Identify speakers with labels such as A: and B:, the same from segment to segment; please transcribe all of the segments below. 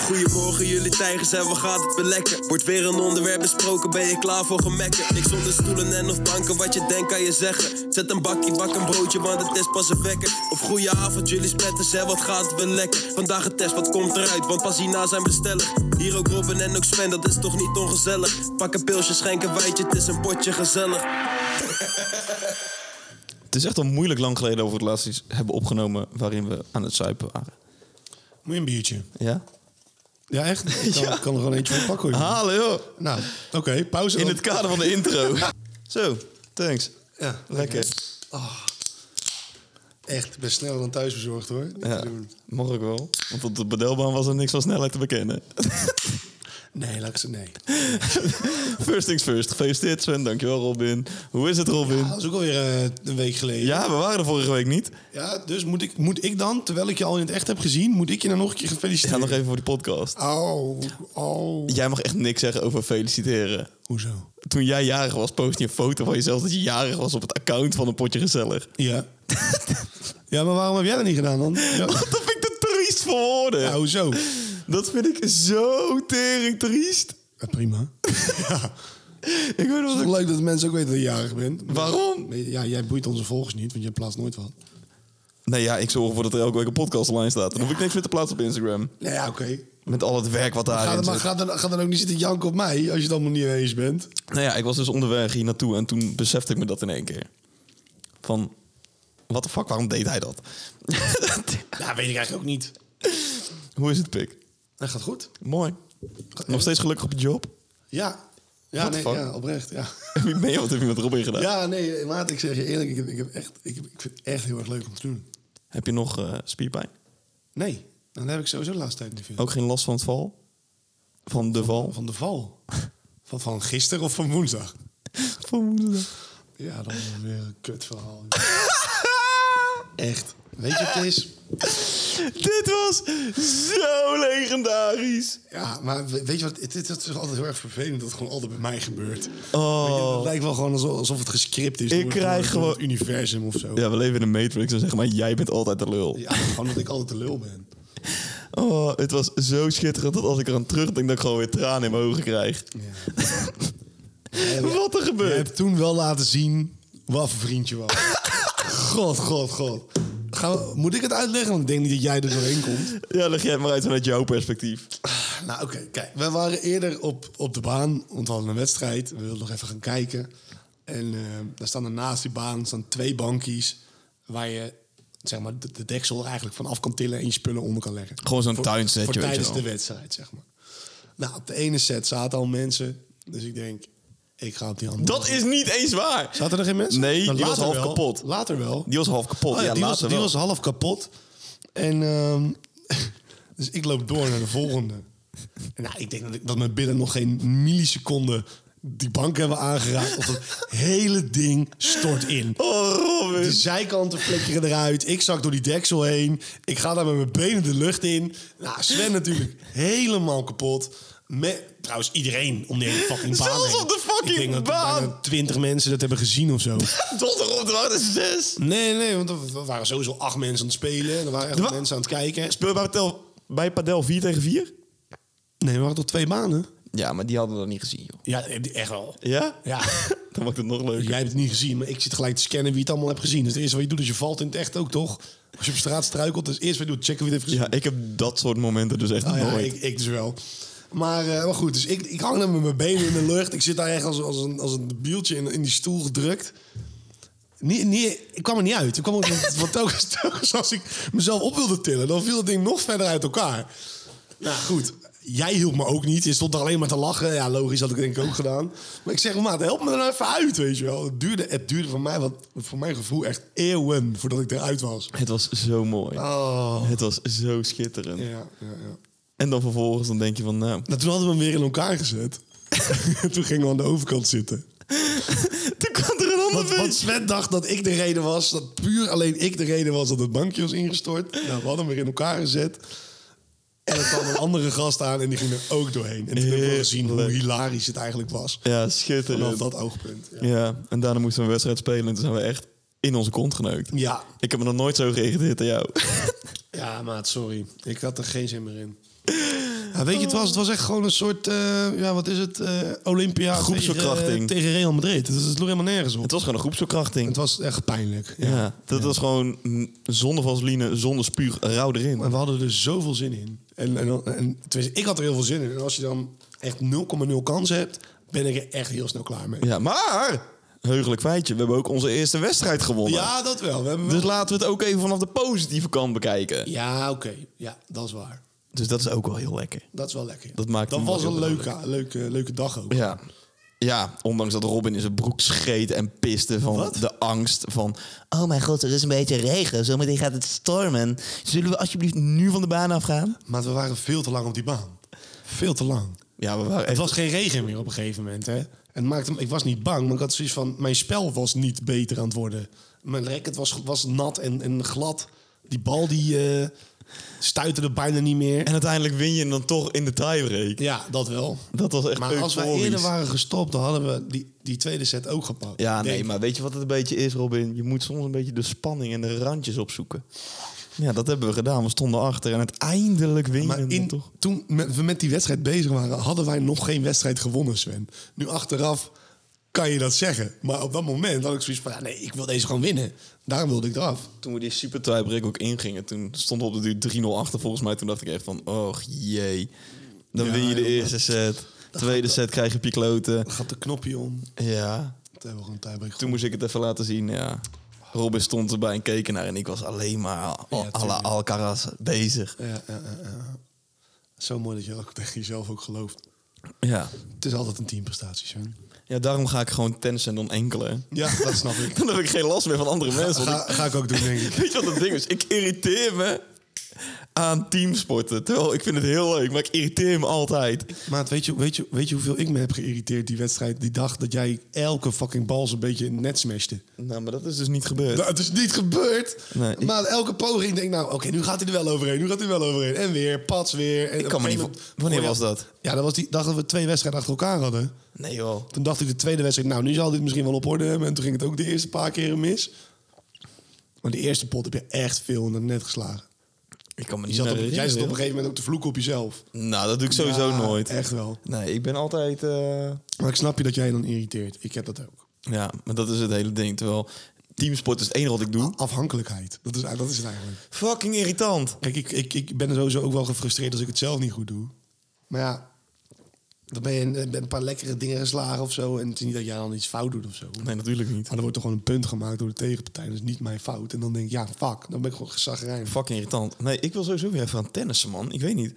A: Goedemorgen jullie tijgers en wat gaat het weer lekker? Wordt weer een onderwerp besproken, ben je klaar voor gemekken? Niks zonder stoelen en of banken, wat je denkt kan je zeggen. Zet een bakje, bak een broodje, want het is pas een wekker. Of goeie avond jullie spetters en wat gaat het weer lekker? Vandaag een test, wat komt eruit, want pas hierna zijn we stellig. Hier ook Robin en ook Sven, dat is toch niet ongezellig? Pak een pilsje, schenk een wijtje, het is een potje gezellig.
B: Het is echt al moeilijk lang geleden over het laatst iets hebben opgenomen waarin we aan het zuipen waren.
C: Moet je een biertje?
B: Ja?
C: Ja, echt? Ik kan, kan er gewoon eentje van pakken. hoor.
B: Halen joh!
C: Nou, oké, pauze.
B: In
C: dan.
B: het kader van de intro. Zo, thanks.
C: Ja, Ah.
B: Lekker.
C: Echt, ik ben sneller dan thuis bezorgd hoor. Niet
B: Ja,
C: te doen.
B: mag ik wel. Want op de bedelbaan was er niks van snelheid te bekennen.
C: Nee, laat ik ze nee.
B: First things first. Gefeliciteerd Sven, dankjewel Robin. Hoe is het Robin?
C: Dat is ook alweer eh een week geleden.
B: Ja, we waren er vorige week niet.
C: Ja, dus moet ik, moet ik dan, terwijl ik je al in het echt heb gezien, moet ik je dan nog een keer gaan
B: Ik ga
C: feliciteren?
B: nog even voor die podcast.
C: Au, au.
B: Jij mag echt niks zeggen over feliciteren.
C: Hoezo?
B: Toen jij jarig was, post je een foto van jezelf dat je jarig was op het account van een potje gezellig.
C: Ja. ja, maar waarom heb jij dat niet gedaan dan? Ja.
B: Dat vind ik te triest voor woorden.
C: Ja, hoezo?
B: Dat vind ik zo tering triest.
C: Ja, prima. ja.
B: Ik weet
C: Het
B: nog
C: is toch leuk dat mensen ook weten dat je jarig bent.
B: Waarom?
C: Ja, jij boeit onze volgers niet, want je plaatst nooit wat.
B: Nee, ja, ik zorg ervoor dat er elke week een podcast online staat. Dan hoef ik niks meer te plaatsen op Instagram.
C: Nou ja, oké.
B: Met al het werk wat
C: Ga,
B: daarin
C: dan- maar
B: zit.
C: ga, dan, ga dan ook niet zitten janken op mij als je het allemaal niet eens bent.
B: Nou ja, ik was dus onderweg hier naartoe en toen besefte ik me dat in één keer. Van, wat de fuck, waarom deed hij dat?
C: Ja, weet ik eigenlijk ook niet.
B: Hoe is het, pik?
C: Dat gaat goed.
B: Mooi. Nog steeds gelukkig op je job?
C: Ja. Ja,
B: What
C: nee,
B: the fuck?
C: ja, oprecht. Ja.
B: Wie ben je? Wat heb je met Robin gedaan?
C: ja, nee, maat, ik zeg je eerlijk, ik, heb, ik, heb echt, ik, heb- ik vind het echt heel erg leuk om te doen.
B: Heb je nog eh, spierpijn?
C: Nee, Nou, dan heb ik sowieso de laatste tijd niet veel.
B: Ook geen last van het val? Van de val?
C: Van de val. Van, van gisteren of van woensdag?
B: Van woensdag.
C: Ja, dan weer een kut verhaal. echt. Weet je wat het is?
B: Dit was zo legendarisch.
C: Ja, maar we- weet je wat? Het, het, het is altijd heel erg vervelend dat het gewoon altijd bij mij gebeurt. Weet je, Het
B: Oh.
C: lijkt wel gewoon alsof, alsof het gescript is.
B: Ik
C: door-
B: krijg
C: door- door
B: gewoon-
C: het universum of zo. Ja.
B: Ja, we leven in de Matrix en zeg maar, jij bent altijd de lul.
C: gewoon dat ik altijd de lul ben.
B: Oh, het was zo schitterend dat als ik eraan terugdenk, dat ik gewoon weer tranen in mijn ogen krijg. Wat er
C: Je
B: gebeurt.
C: hebt toen wel laten zien wat voor vriendje was. god, god, god. Gaan we- moet ik het uitleggen? Want ik denk niet dat jij er doorheen komt.
B: Ja, leg jij het maar uit vanuit jouw perspectief.
C: Nou, oké, kijk. We waren eerder op, op de baan, want we hadden een wedstrijd. We wilden nog even gaan kijken. En eh, daar staan er naast die baan staan twee bankies... waar je zeg maar, de, de deksel er eigenlijk vanaf kan tillen... en je spullen onder kan leggen.
B: Gewoon zo'n
C: Voor-
B: tuinsetje,
C: Voor
B: weet je
C: tijdens
B: wel.
C: de wedstrijd, zeg maar. Nou, op de ene set zaten al mensen. Dus ik denk, ik ga op die andere.
B: Dat is niet eens waar.
C: Zaten er geen mensen? Nou,
B: Nee, die
C: later
B: was half
C: wel.
B: kapot.
C: Later wel.
B: Die was half kapot.
C: Oh ja,
B: ja,
C: die, was,
B: later
C: die
B: wel.
C: was half kapot. En ehm, dus ik loop door naar de volgende. En nou, ik denk dat, ik, dat mijn billen nog geen milliseconde die bank hebben aangeraakt. Of dat hele ding stort in.
B: Oh, Robin.
C: De zijkanten flikkeren eruit. Ik zak door die deksel heen. Ik ga daar met mijn benen de lucht in. Nou, Sven natuurlijk helemaal kapot. Met, trouwens, iedereen om die hele fucking baan
B: Zelfs
C: heen.
B: op de fucking
C: Ik denk dat er
B: baan.
C: bijna twintig mensen dat hebben gezien of zo.
B: Tot erop, er waren er zes.
C: Nee, nee, want er waren sowieso acht mensen aan het spelen. En er waren echt
B: Er wa-
C: mensen aan het kijken.
B: Speel bij, Padel, bij Padel 4 tegen 4?
C: Nee, we waren toch twee banen?
B: Ja, maar die hadden we dan niet gezien, joh.
C: Ja, eh, echt wel.
B: Ja?
C: Ja.
B: Dan maakt het nog leuker.
C: Jij hebt het niet gezien, maar ik zit gelijk te scannen wie het allemaal hebt gezien. Dus het eerste wat je doet is je valt in het echt ook, toch? Als je op straat struikelt, dus eerst wat je doet, checken wie het heeft gezien.
B: Ja, ik heb dat soort momenten dus echt
C: Ah ja,
B: nooit.
C: ik, ik dus wel. Maar, eh, maar goed, dus ik, ik hang dan met mijn benen in de lucht. Ik zit daar echt als, als een, als een bieltje in, in die stoel gedrukt. Nee, nee, ik kwam er niet uit. Ik kwam, er- want telkens, telkens als ik mezelf op wilde tillen, dan viel het ding nog verder uit elkaar. Nou goed, jij hielp me ook niet. Je stond er alleen maar te lachen. Ja, logisch had ik denk ik ook gedaan. Maar ik zeg, maat, help me er nou even uit, weet je wel. Het duurde, het duurde voor mij, wat, voor mijn gevoel, echt eeuwen voordat ik eruit was.
B: Het was zo mooi.
C: Oh.
B: Het was zo schitterend.
C: Ja, ja, ja.
B: En dan vervolgens dan denk je van, nou,
C: Nou, toen hadden we hem weer in elkaar gezet. toen gingen we aan de overkant zitten.
B: toen kwam er een ander
C: Want, want
B: feest.
C: Sven dacht dat ik de reden was, dat puur alleen ik de reden was dat het bankje was ingestort. Nou, we hadden hem weer in elkaar gezet. En er kwam een andere gast aan en die ging er ook doorheen. En toen hebben we gezien hoe hilarisch het eigenlijk was.
B: Ja,
C: Vanaf
B: schitterend.
C: dat oogpunt. Ja,
B: Ja, en daarna moesten we een wedstrijd spelen en toen zijn we echt in onze kont geneukt.
C: ja,
B: Ik heb me nog nooit zo geïrriteerd aan jou.
C: ja maat, sorry. Ik had er geen zin meer in. Hij Ja, weet je, het was, het was echt gewoon een soort, eh, ja, wat is het? eh, Olympia
B: Groepsverkrachting.
C: tegen, eh, tegen Real Madrid. Dus het sloeg helemaal nergens op.
B: Het was gewoon een
C: Het
B: groepsverkrachting.
C: was echt pijnlijk. Ja.
B: Ja, dat was gewoon mm, zonder vaseline, zonder spuug, rauw erin.
C: En we hadden er zoveel zin in. En, en, en tenminste, ik had er heel veel zin in. En als je dan echt 0,0 kans hebt, ben ik er echt heel snel klaar mee.
B: Ja, maar, heugelijk feitje, we hebben ook onze eerste wedstrijd gewonnen.
C: Ja, dat wel. We hebben wel-
B: Dus laten we het ook even vanaf de positieve kant bekijken.
C: Ja, oké. Ja, dat is waar.
B: Dus dat is ook wel heel lekker.
C: Dat is wel lekker.
B: Dat maakt
C: dat
B: hem
C: was
B: wel
C: een
B: heel
C: leuke, leuke, leuke dag ook.
B: Ja. Ja, ondanks dat Robin in zijn broek scheet en piste van
C: Wat?
B: de angst van...
D: Oh mijn god, er is een beetje regen. Zometeen gaat het stormen. Zullen we alsjeblieft nu van de baan afgaan?
C: Maar we waren veel te lang op die baan. Veel te lang.
B: Ja, we waren
C: Het
B: echt...
C: was geen regen meer op een gegeven moment. Hè? Het maakte, me- ik was niet bang, maar ik had zoiets van... Mijn spel was niet beter aan het worden. Mijn racket was, was nat en, en glad. Die bal die eh, stuitte er bijna niet meer.
B: En uiteindelijk win je hem dan toch in de tiebreak.
C: Ja, dat wel.
B: Dat was echt
C: Maar als wij
B: euforisch.
C: eerder waren gestopt, dan hadden we die, die tweede set ook gepakt.
B: Ja,
C: Denk
B: nee,
C: ik.
B: maar weet je wat het een beetje is, Robin? Je moet soms een beetje de spanning en de randjes opzoeken. Ja, dat hebben we gedaan. We stonden achter en uiteindelijk win je
C: Maar
B: hem dan
C: in,
B: toch.
C: toen met- we met die wedstrijd bezig waren, hadden wij nog geen wedstrijd gewonnen, Sven. Nu achteraf kan je dat zeggen. Maar op dat moment had ik zoiets van, ja, nee, ik wil deze gewoon winnen. Daarom wilde ik eraf.
B: Toen we die super tiebreak ook ingingen, toen stonden we op de duur 3-0 achter volgens mij. Toen dacht ik echt van, oh jee. Dan
C: Ja,
B: win je de
C: joh,
B: eerste set. Tweede set krijg je piekloten.
C: Dan gaat de knopje om.
B: Ja.
C: Toen hebben we gewoon tiebreak
B: Toen moest ik het even laten zien, ja. Robin stond erbij en keek ernaar en ik was alleen maar al- à la
C: tuurlijk.
B: Alcaraz bezig.
C: gewonnen. Ja, ja, ja, ja. Zo mooi dat je ook tegen jezelf ook gelooft.
B: Ja.
C: Het is altijd een teamprestatie, Sven.
B: Ja, daarom ga ik gewoon tennis en dan enkele.
C: Ja, dat snap ik.
B: Dan heb ik geen last meer van andere mensen. want
C: Ga, ga ik ook doen, denk ik.
B: ik- weet je wat het ding is? Ik irriteer me aan teamsporten. Terwijl ik vind het heel leuk, maar ik irriteer me altijd.
C: Maat, weet je, weet, je, weet je hoeveel ik me heb geïrriteerd die wedstrijd? Die dag dat jij elke fucking bal zo'n beetje in het net smashte.
B: Nou, maar dat is dus niet gebeurd.
C: Nou, het is niet gebeurd.
B: Nee, ik-
C: Maar elke poging denk ik, nou, oké, nu gaat hij er wel overheen. Nu gaat hij er wel overheen. En weer, pats weer. En
B: Ik
C: op
B: kan me
C: een
B: niet
C: gegeven
B: voor-
C: moment-
B: Wanneer
C: Oh, ja.
B: was dat?
C: Ja, dat was die dag dat we twee wedstrijden achter elkaar hadden.
B: Nee joh.
C: Toen dacht ik de tweede wedstrijd, nou, nu zal dit misschien wel op orde hebben. En toen ging het ook de eerste paar keren mis. Maar de eerste pot heb je echt veel in het net geslagen.
B: Ik kan me
C: Je
B: niet
C: zat op,
B: herinneren,
C: jij zat op een
B: joh.
C: gegeven moment ook te vloeken op jezelf.
B: Nou, dat doe ik sowieso
C: Ja,
B: nooit.
C: Echt wel.
B: Nee, ik ben altijd... eh,
C: Maar ik snap je dat jij je dan irriteert. Ik heb dat ook.
B: Ja, maar dat is het hele ding. Terwijl teamsport is het enige wat ik doe.
C: Afhankelijkheid. Dat is, dat is het eigenlijk.
B: Ah, Fucking irritant.
C: Kijk, ik, ik, ik ben er sowieso ook wel gefrustreerd als ik het zelf niet goed doe. Maar ja, dan ben je een, ben een paar lekkere dingen geslagen of zo. En het is niet dat jij dan iets fout doet of zo. Maar
B: Nee, natuurlijk niet.
C: er wordt toch gewoon een punt gemaakt door de tegenpartij. Dat is niet mijn fout. En dan denk ik, ja, fuck. Dan ben ik gewoon gezagrijnd.
B: Fucking irritant. Nee, ik wil sowieso weer even aan tennissen, man. Ik weet niet.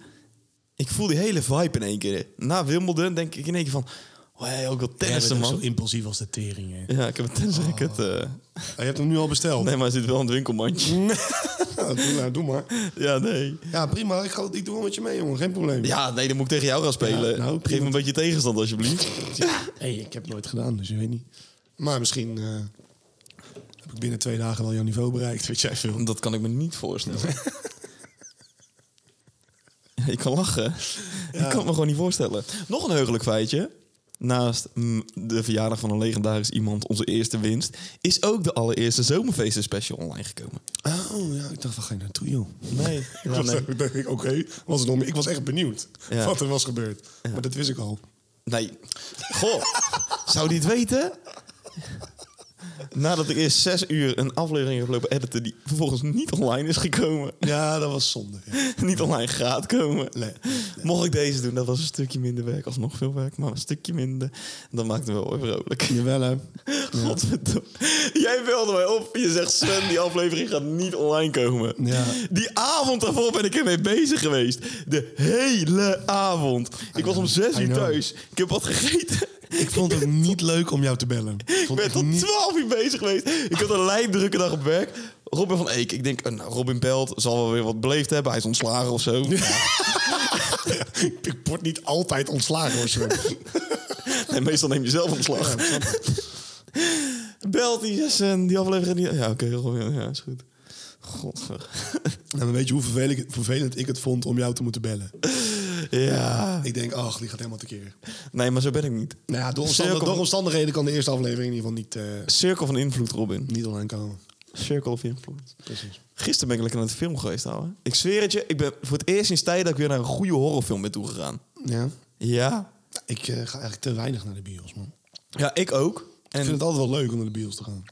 B: Ik voel die hele vibe in één keer. Na Wimbledon denk ik in één keer van... Oh, hey, ook wel tennissen,
C: zo
B: man.
C: impulsief als de tering, hè.
B: Ja, ik heb een tennisracket. eh.
C: je hebt hem nu al besteld.
B: Nee, maar hij zit wel in het winkelmandje.
C: Ja, doe, nou, doe maar.
B: ja, nee.
C: Ja, prima. Ik, ga, ik doe wel met je mee, jongen. Geen probleem.
B: Ja, nee, dan moet ik tegen jou gaan spelen.
C: Ja, nou,
B: Geef
C: prima.
B: me een beetje tegenstand, alsjeblieft.
C: Hey, ik heb het nooit gedaan, dus je weet niet. Maar misschien eh, heb ik binnen twee dagen wel jouw niveau bereikt. Weet jij veel.
B: Dat kan ik me niet voorstellen. Ja, Ik kan lachen. Ik kan het me gewoon niet voorstellen. Nog een heugelijk feitje. Naast mm, de verjaardag van een legendarisch iemand, onze eerste winst, is ook de allereerste zomerfeesten special online gekomen.
C: Oh, ja. Ik dacht, waar ga je naartoe, joh?
B: Nee,
C: Ik was, ik dacht, oké, was het nog meer. Ik was echt benieuwd
B: Ja.
C: wat er was gebeurd. Maar dat wist ik al.
B: nee. Goh, zou die het weten? Nadat ik eerst zes uur een aflevering heb lopen editen die vervolgens niet online is gekomen,
C: Ja, dat was zonde. ja.
B: niet online gaat komen.
C: Nee.
B: Mocht ik deze doen, dat was een stukje minder werk, alsnog veel werk, maar een stukje minder. Dat maakt me wel weer vrolijk.
C: Jawel, hè.
B: Godverdomme. Jij belde mij op. Je zegt Sven, die aflevering gaat niet online komen.
C: Ja.
B: Die avond daarvoor ben ik ermee bezig geweest. De hele avond. Ik was om zes
C: I
B: uur
C: know.
B: thuis. Ik heb wat gegeten.
C: Ik vond het niet leuk om jou te bellen.
B: Ik ben tot 12 uur bezig geweest. Ik had een lijndrukke dag op werk. Robin van Eek. Ik denk, eh, nou, Robin belt. Zal wel weer wat beleefd hebben. Hij is ontslagen of zo.
C: Ik word niet altijd ontslagen, hoor, Nou, Sven.
B: En meestal neem je zelf ontslag. Belt hij yes, en die aflevering... Die... Ja, oké, Robin. Ja, is goed. Godver.
C: En dan weet je hoe vervelend, vervelend ik het vond om jou te moeten bellen.
B: Ja.
C: Ik denk, ach, die gaat helemaal tekeer.
B: Nee, maar zo ben ik niet.
C: Nou ja, door, omstandig-
B: Cirkel-
C: door omstandigheden kan de eerste aflevering in ieder geval niet, eh,
B: Cirkel van invloed, Robin.
C: niet online komen.
B: Circle of Influence. Precies. Gisteren ben ik lekker naar de film geweest, ouwe. Ik zweer het je, ik ben voor het eerst sinds tijden dat ik weer naar een goede horrorfilm ben toegegaan.
C: Ja.
B: Ja?
C: Ik eh, ga eigenlijk te weinig naar de bios, man.
B: Ja, ik ook.
C: Ik
B: En
C: vind het altijd wel leuk om naar de bios te gaan.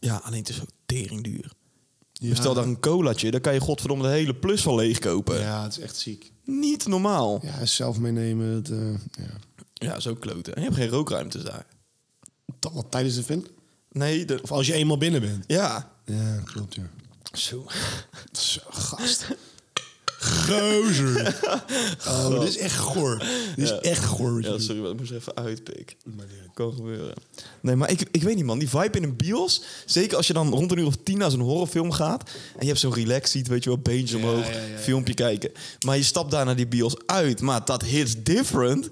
B: Ja, alleen het is ook tering duur.
C: Ja.
B: Bestel daar een colaatje, dan kan je godverdomme de hele plus van leegkopen.
C: Ja, het is echt ziek.
B: Niet normaal.
C: Ja, zelf meenemen. Het, eh, ja.
B: Ja, zo kloten. En je hebt geen rookruimtes daar.
C: Dat wat tijdens de film?
B: Nee, de...
C: Of als je eenmaal binnen bent.
B: Ja.
C: Ja, klopt, ja.
B: Zo.
C: Zo, gast. Gozer. Oh, dit is echt goor. Dit is echt goor. wat je
B: Ja,
C: doet.
B: sorry, maar ik moest even uitpikken.
C: Maar niet uit.
B: Kan gebeuren. Nee, maar ik, ik weet niet, man. Die vibe in een bios. Zeker als je dan rond een uur of tien naar zo'n horrorfilm gaat. En je hebt zo'n relax ziet, weet je wel, beentje omhoog,
C: ja, ja, ja.
B: filmpje kijken. Maar je stapt daar naar die bios uit. Maar dat hits different.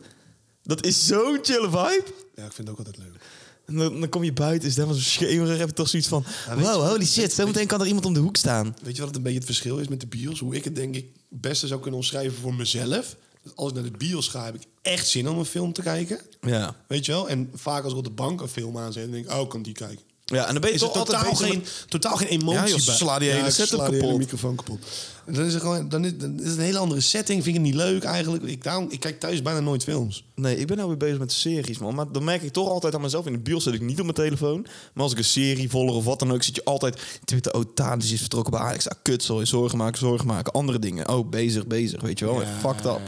B: Dat is zo'n chille vibe.
C: Ja, ik vind het ook altijd leuk.
B: En dan, dan kom je buiten, is het helemaal zo schemerig. Heb je toch zoiets van... wow,
D: Wow, holy shit. Zometeen kan er iemand om de hoek staan.
C: Weet je wat het een beetje het verschil is met de bios? Hoe ik het denk ik het beste zou kunnen omschrijven voor mezelf. Dat Als ik naar de bios ga, heb ik echt zin om een film te kijken.
B: Ja.
C: Weet je wel? En vaak als ik op de bank een film aanzet, dan denk ik, oh, ik kan die kijken.
B: ja, en dan ben je
C: Is er
B: toch altijd
C: totaal
B: bezig
C: geen,
B: met-
C: totaal geen emotie
B: Ja, joh,
C: bij.
B: sla die hele
C: ik
B: setup
C: sla die hele
B: kapot.
C: microfoon kapot. En Dan is, het gewoon, dan, is, dan is het een hele andere setting. Vind ik het niet leuk eigenlijk. Ik, daarom, ik kijk thuis bijna nooit films.
B: Nee, ik ben nou weer bezig met series, man. Maar dan merk ik toch altijd aan mezelf. In de bios zit ik niet op mijn telefoon. Maar als ik een serie volg of wat dan ook, zit je altijd... Twitter, oh, Thanos is vertrokken bij Ajax. Ah, kut, sorry, zorgen maken, zorgen maken. Andere dingen. Oh, bezig, bezig, weet je wel. En fucked up.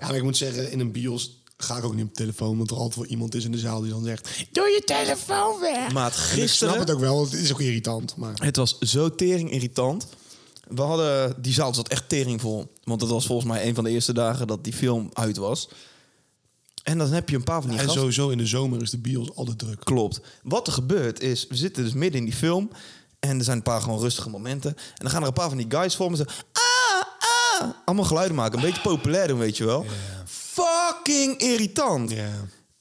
C: Ja, maar ik moet zeggen, in een bios ga ik ook niet op de telefoon. Want er altijd wel iemand is in de zaal die dan zegt... Doe je telefoon weg!
B: Maat,
C: En Ik snap
B: gisteren...
C: het ook wel, want het is ook irritant. Maar
B: Het was zo tering irritant. We hadden, die zaal zat echt tering vol. Want dat was volgens mij een van de eerste dagen dat die film uit was. En dan heb je een paar van die
C: en
B: gasten-
C: sowieso in de zomer is de bios altijd druk.
B: Klopt. Wat er gebeurt is, we zitten dus midden in die film. En er zijn een paar gewoon rustige momenten. En dan gaan er een paar van die guys voor me zo... Ah, ah. Allemaal geluiden maken. Een beetje populair doen, weet je wel. Fucking irritant.
C: Ja.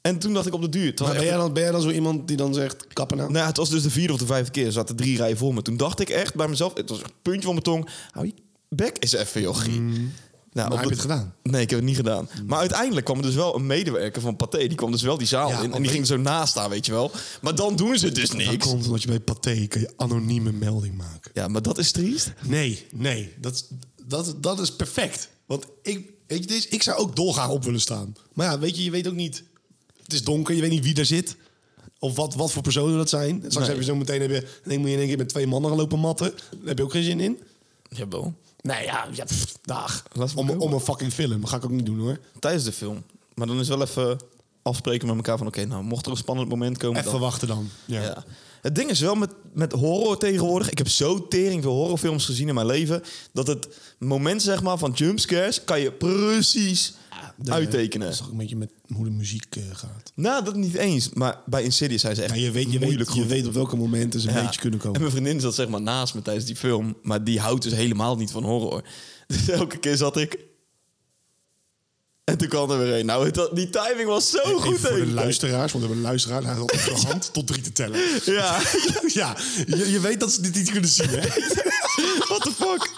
B: En toen dacht ik op de duur... het was
C: Maar ben
B: echt-
C: jij, dan, ben jij dan zo iemand die dan zegt, kappen nou?
B: nou, ja, het was dus de vierde of de vijfde keer. Er zaten drie rijen voor me. Toen dacht ik echt bij mezelf, het was een puntje van mijn tong. Hou je bek is even, jochie. Nou,
C: Mm. Maar
B: op
C: heb je
B: de-
C: het gedaan? Mm.
B: Nee, ik heb het niet gedaan. Maar uiteindelijk kwam er dus wel een medewerker van Pathé. Die kwam dus wel die zaal
C: Ja,
B: in. En
C: want-
B: die ging zo naast staan, weet je wel. Maar dan doen ze dus
C: Dat
B: niks.
C: komt omdat je bij Pathé kun je anonieme melding maken.
B: Ja, maar dat is triest.
C: Nee, nee. Dat, dat, dat is perfect. Want ik, weet je, dit is- ik zou ook dolgraag op willen staan. Maar ja, weet je, je weet ook niet. Het is donker, je weet niet wie daar zit. Of wat, wat voor personen dat zijn. Straks
B: Nee.
C: heb je zo meteen... Heb je, dan moet je in één keer met twee mannen gaan lopen matten. Daar heb je ook geen zin in.
B: Jawel.
C: Nee, ja, ja pff, dag.
B: Laat me
C: Om,
B: komen.
C: om een fucking film. Dat ga ik ook niet doen, hoor.
B: Tijdens de film. Maar dan is wel even afspreken met elkaar van... Oké, nou, mocht er een spannend moment komen...
C: Even
B: dan-
C: wachten dan. Ja.
B: Nou, Ja. Het ding is wel met, met horror tegenwoordig. Ik heb zo tering veel horrorfilms gezien in mijn leven. Dat het moment zeg maar, van jumpscares kan je precies
C: De-
B: uittekenen.
C: Dat is toch een beetje met hoe de muziek eh, gaat.
B: Nou, dat niet eens. Maar bij Insidious zijn ze echt
C: Ja, je weet, je
B: moeilijk
C: weet, je
B: goed.
C: weet op welke momenten ze een
B: Ja.
C: beetje kunnen
B: En
C: komen.
B: mijn vriendin zat zeg maar naast me tijdens die film. Maar die houdt dus helemaal niet van horror. Dus elke keer zat ik... En toen kwam er weer een. Nou, het- die timing was zo
C: Even
B: goed.
C: voor de
B: hele tijd.
C: luisteraars, want we hebben een luisteraar. Hij had op de hand tot drie te tellen.
B: Ja,
C: ja, je, je weet dat ze dit niet kunnen zien, hè?
B: what the fuck.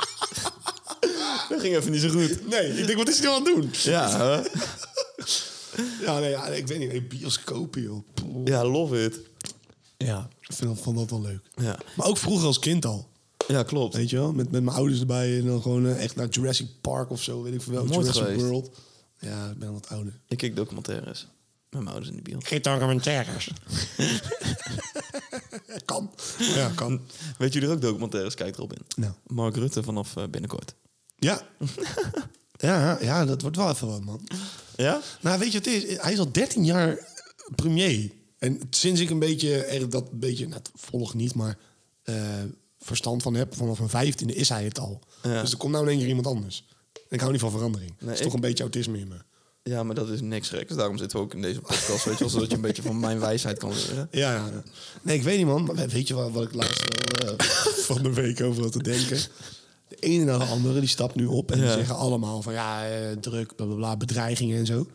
B: dat ging even niet zo goed.
C: Nee, ik denk, wat is hij nou aan het doen?
B: Ja, hè?
C: Ja, nee, ja, ik weet niet. Een bioscoop, joh. Poeh.
B: ja, love it.
C: Ja. Ik vind, dat- vond dat wel leuk.
B: Ja.
C: Maar ook vroeger als kind al.
B: Ja, klopt.
C: Weet je wel? Met, met mijn ouders erbij en dan gewoon eh, echt naar Jurassic Park of zo. Weet ik veel wel.
B: Nooit
C: Jurassic
B: geweest.
C: World. Ja, ik ben al wat ouder.
B: Ik kijk documentaires. Met mijn ouders in de bios.
C: Geen documentaires. kan. Ja, kan.
B: Weet jullie er ook documentaires kijkt, Robin?
C: Nou.
B: Mark Rutte vanaf eh, binnenkort.
C: Ja. ja. Ja, dat wordt wel even wat, man.
B: Ja?
C: Nou, weet je wat het is? Hij is al 13 jaar premier. En sinds ik een beetje, er dat een beetje, nou, het volg niet, maar eh, verstand van heb, vanaf mijn vijftiende is hij het al.
B: Ja.
C: Dus er komt nou in één keer iemand anders. En ik hou niet van verandering. Het is
B: ik-
C: toch een beetje autisme in me.
B: Ja, maar dat is niks geks. Daarom zitten we ook in deze podcast, weet je wel. Zodat je een beetje van mijn wijsheid kan leren.
C: Ja, ja, ja. Nee, ik weet niet, man. Maar weet je wat, wat ik laatst wel, eh, van de week over had te denken? De ene naar de andere, die stapt nu op en die
B: Ja.
C: zeggen allemaal van ja, eh, druk, bla, bla, bla, bedreigingen en zo.